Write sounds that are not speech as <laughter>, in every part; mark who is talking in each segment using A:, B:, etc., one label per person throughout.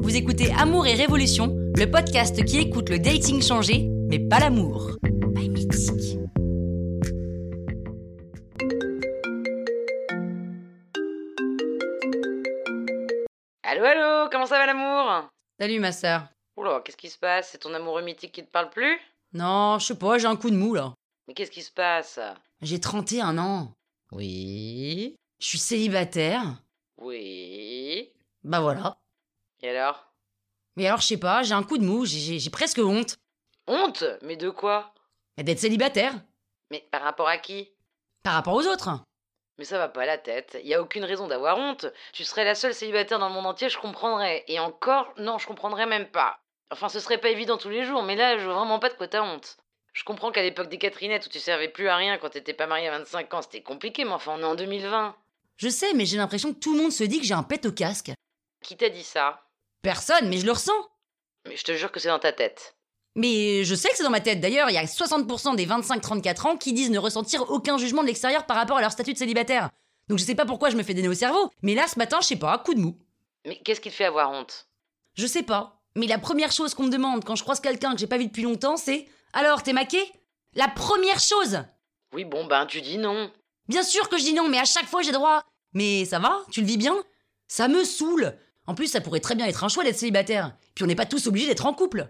A: Vous écoutez Amour et Révolution, le podcast qui écoute le dating changé, mais pas l'amour. By Mythique.
B: Allô, allô, comment ça va l'amour
A: Salut ma sœur.
B: Oula, qu'est-ce qui se passe C'est ton amoureux mythique qui te parle plus
A: Non, je sais pas, j'ai un coup de mou là.
B: Mais qu'est-ce qui se passe
A: J'ai 31 ans.
B: Oui.
A: Je suis célibataire.
B: Oui.
A: Bah voilà.
B: Et alors
A: Mais alors je sais pas, j'ai un coup de mou, j'ai- j'ai j'ai presque honte.
B: Honte Mais de quoi
A: Et D'être célibataire
B: Mais par rapport à qui
A: par rapport aux autres.
B: Mais ça va pas la tête, y a aucune raison d'avoir honte. Tu serais la seule célibataire dans le monde entier, je comprendrais. Et encore, non, je comprendrais même pas. Enfin, ce serait pas évident tous les jours, mais là, je vois vraiment pas de quoi t'as honte. Je comprends qu'à l'époque des Catherinettes où tu servais plus à rien quand t'étais pas marié à 25 ans, c'était compliqué, mais enfin, on est en 2020.
A: Je sais, mais j'ai l'impression que tout le monde se dit que j'ai un pet au casque.
B: Qui t'a dit ça
A: Personne, mais je le ressens.
B: Mais je te jure que c'est dans ta tête.
A: Mais je sais que c'est dans ma tête. D'ailleurs, il y a 60% des 25-34 ans qui disent ne ressentir aucun jugement de l'extérieur par rapport à leur statut de célibataire. Donc je sais pas pourquoi je me fais des nœuds au cerveau. Mais là, ce matin, je sais pas, coup de mou.
B: Mais qu'est-ce qui te fait avoir honte
A: Je sais pas. Mais la première chose qu'on me demande quand je croise quelqu'un que j'ai pas vu depuis longtemps, c'est Alors, t'es maqué La première chose
B: Oui, bon, ben tu dis non.
A: Bien sûr que je dis non, mais à chaque fois j'ai droit. Mais ça va Tu le vis bien Ça me saoule En plus, ça pourrait très bien être un choix d'être célibataire. Puis on n'est pas tous obligés d'être en couple.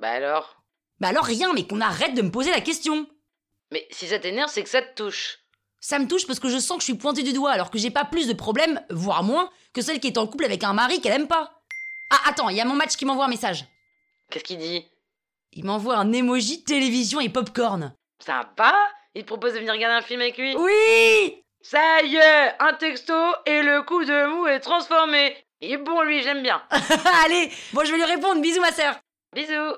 B: Bah alors
A: Bah alors rien, mais qu'on arrête de me poser la question
B: Mais si ça t'énerve, c'est que ça te touche.
A: Ça me touche parce que je sens que je suis pointée du doigt alors que j'ai pas plus de problèmes, voire moins, que celle qui est en couple avec un mari qu'elle aime pas. Ah, attends, il y a mon match qui m'envoie un message.
B: Qu'est-ce qu'il dit
A: Il m'envoie un emoji télévision et popcorn.
B: Sympa Il te propose de venir regarder un film avec lui
A: Oui
B: Ça y est Un texto et le coup de mou est transformé Il est bon lui, j'aime bien.
A: <laughs> Allez, bon, je vais lui répondre. Bisous, ma sœur.
B: Bisous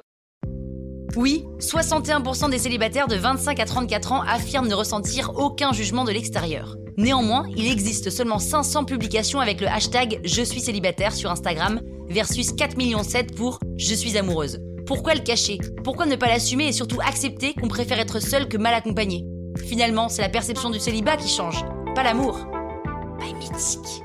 A: Oui, 61% des célibataires de 25 à 34 ans affirment ne ressentir aucun jugement de l'extérieur. Néanmoins, il existe seulement 500 publications avec le hashtag Je suis célibataire sur Instagram versus 4,7 millions pour Je suis amoureuse. Pourquoi le cacher Pourquoi ne pas l'assumer et surtout accepter qu'on préfère être seul que mal accompagné Finalement, c'est la perception du célibat qui change, pas l'amour. Pas mythique.